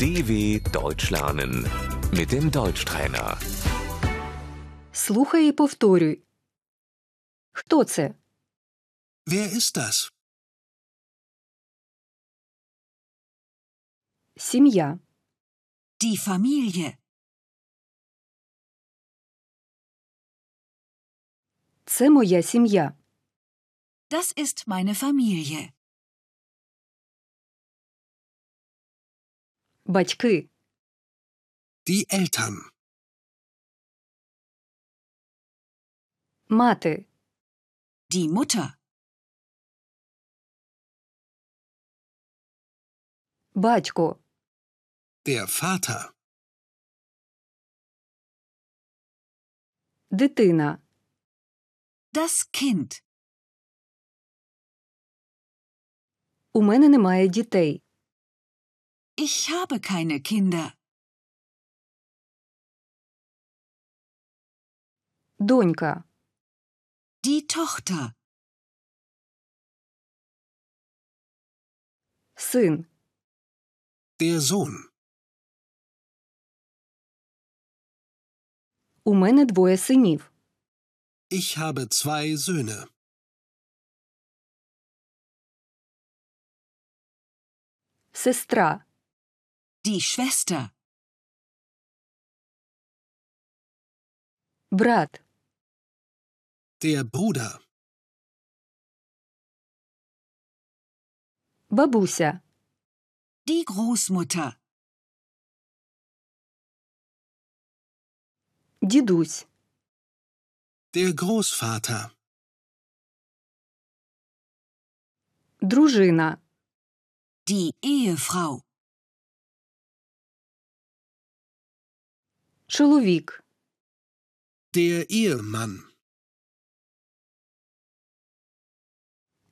DW Deutsch lernen mit dem Deutschtrainer. Слухай і повторюй. Хто це? Wer ist das? Сім'я. Die Familie. Це моя сім'я. Das ist meine Familie. Батьки. Die Eltern. Мати. Die Mutter. Батько. Der Vater. Дитина. Das Kind. У мене немає дітей. Ich habe keine Kinder. Донька. Die Tochter. Син. Der Sohn. У мене двоє синів. Ich habe zwei Söhne. Сестра. Die Schwester. Брат. Der Bruder. Бабуся. Die Großmutter. Дідусь. Der Großvater. Дружина. Die Ehefrau. Чоловік. Der Ehemann.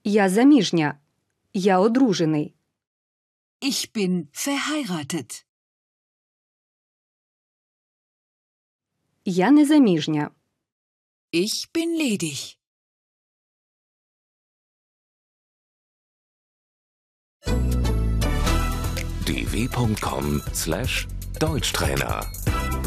Я заміжня. Я одружений. Ich bin verheiratet. Я незаміжня. Ich bin ledig. dw.com/deutschtrainer